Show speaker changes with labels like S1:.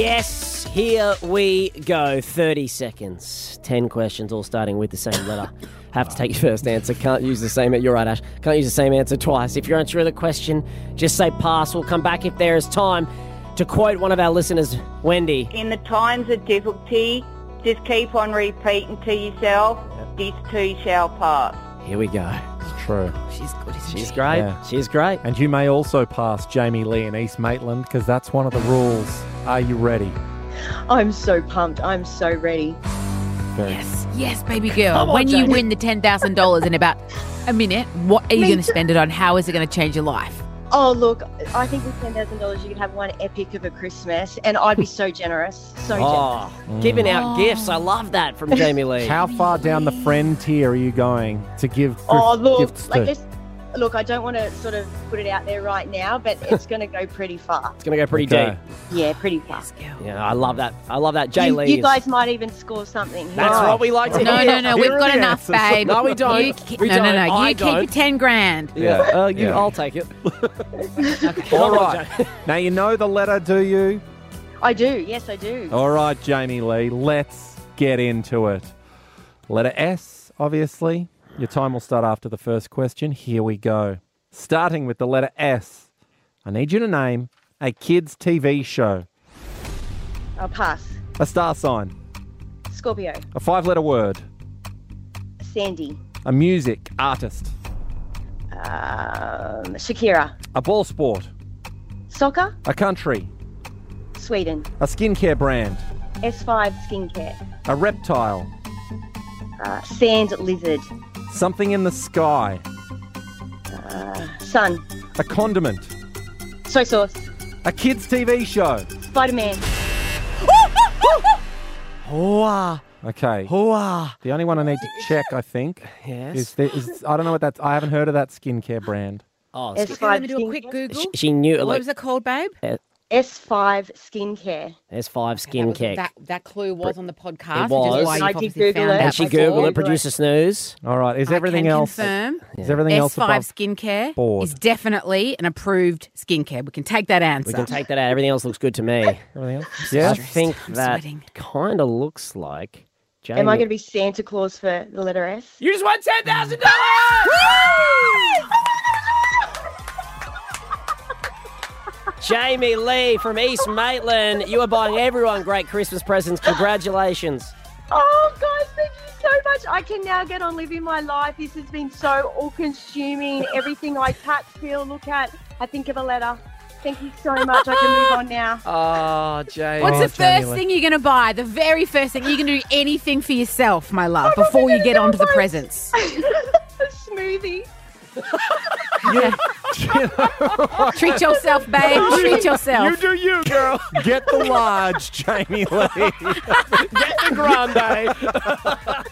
S1: Yes, here we go. 30 seconds. 10 questions, all starting with the same letter. Have to take your first answer. Can't use the same. You're right, Ash. Can't use the same answer twice. If you're unsure of the question, just say pass. We'll come back if there is time. To quote one of our listeners, Wendy,
S2: In the times of difficulty, just keep on repeating to yourself, this too shall pass.
S1: here we go.
S3: It's true.
S1: She's good, isn't She's great.
S3: Yeah.
S1: She's great.
S3: And you may also pass Jamie Lee in East Maitland because that's one of the rules. Are you ready?
S4: I'm so pumped. I'm so ready.
S3: Very
S5: Yes, yes, baby girl. when you win the ten thousand dollars in about a minute, what are you
S4: Me
S5: going to
S4: too.
S5: spend it on? How is it going to change your life?
S4: Oh look, I think with ten thousand dollars you could have one epic of a Christmas, and I'd be so generous. So generous.
S1: Oh, giving out gifts. I love that from Jamie Lee.
S3: How far down the friend tier are you going to give gift,
S4: Oh
S3: gifts
S4: look,
S3: to?
S4: like this. Look, I don't want to sort of put it out there right now, but it's going to go pretty far.
S1: It's going to go pretty
S3: Okay.
S1: deep.
S4: Yeah, pretty far.
S1: Yeah, I love that. I love that. Jay
S4: you,
S1: Lee.
S4: you
S1: is-
S4: guys might even score something. Who
S1: That's
S4: knows?
S1: what we like to
S5: No,
S1: hear.
S5: no, no.
S3: Here
S5: We've
S3: are
S5: got
S3: the
S5: enough,
S3: answers.
S5: babe.
S1: No, we don't.
S5: You ki-
S1: We
S5: no, no,
S1: don't.
S5: no. You
S1: I
S5: keep
S1: don't.
S5: your ten grand.
S1: Yeah, uh, you,
S3: Yeah.
S1: I'll take it.
S3: All right. now you know the letter, do you?
S4: I do. Yes, I do.
S1: Oh.
S3: All right, Jamie Lee, let's get into it. Letter S, obviously. Your time will start after the first question. Here we go. Starting with the letter S, I need you to name a kids' TV show,
S4: I'll pass.
S3: a star sign,
S4: Scorpio,
S3: a five letter word,
S4: Sandy,
S3: a music artist,
S4: um, Shakira,
S3: a ball sport,
S4: soccer,
S3: a country,
S4: Sweden,
S3: a skincare brand,
S4: S5 skincare,
S3: a reptile,
S4: uh, sand lizard,
S3: something in the sky,
S4: sun,
S3: a condiment,
S4: soy sauce,
S3: a kids' TV show.
S4: Spider Man.
S1: Hoa,
S3: Okay.
S1: hoa.
S3: The only one I need to check, I think,
S1: Yes.
S3: is, the, is I don't know what that's. I haven't heard of that skincare brand.
S1: Oh,
S4: S5
S5: Okay, let me do a
S4: skincare.
S5: quick Google.
S1: she, she knew.
S5: What
S1: Like,
S5: was it called, babe?
S4: S5 skincare.
S1: there's five
S5: That
S1: skin
S5: was-
S1: kick.
S5: That, that clue was on the podcast.
S1: It was.
S5: Which is why
S1: And
S5: you've
S4: I did
S5: obviously
S4: Google
S5: found
S4: it.
S1: and
S5: out
S1: she
S5: before.
S1: Googled
S4: Google
S1: it.
S4: it.
S1: Producer snooze.
S3: All right. Is
S5: I
S3: everything
S5: can
S3: else?
S5: Confirm.
S3: Is everything else? above-
S5: S5 skincare
S3: board?
S5: is definitely an approved skincare. We can take that answer.
S1: We can take that out. Everything else looks good to me.
S3: Everything else? Yeah.
S1: I think
S5: I'm
S1: that
S5: sweating.
S1: kind of looks like. Jamie.
S4: Am I going to be Santa Claus for the letter S?
S1: You just won ten thousand dollars. Jamie Lee from East Maitland, you are buying everyone great Christmas presents. Congratulations.
S4: Oh, guys, thank you so much. I can now get on living my life. This has been so all consuming. Everything I touch, feel, look at, I think of a letter. Thank you so much. I can move on now.
S1: Oh, Jamie.
S5: What's
S3: Oh,
S5: the
S3: Jamie
S5: first
S3: Lee.
S5: thing you're going to buy? The very first thing. You can do anything for yourself, my love, before you get onto the presents.
S4: a smoothie.
S5: Treat yourself, babe. Treat yourself.
S3: do you, girl. Get the large, Jamie Lee.
S1: Grande.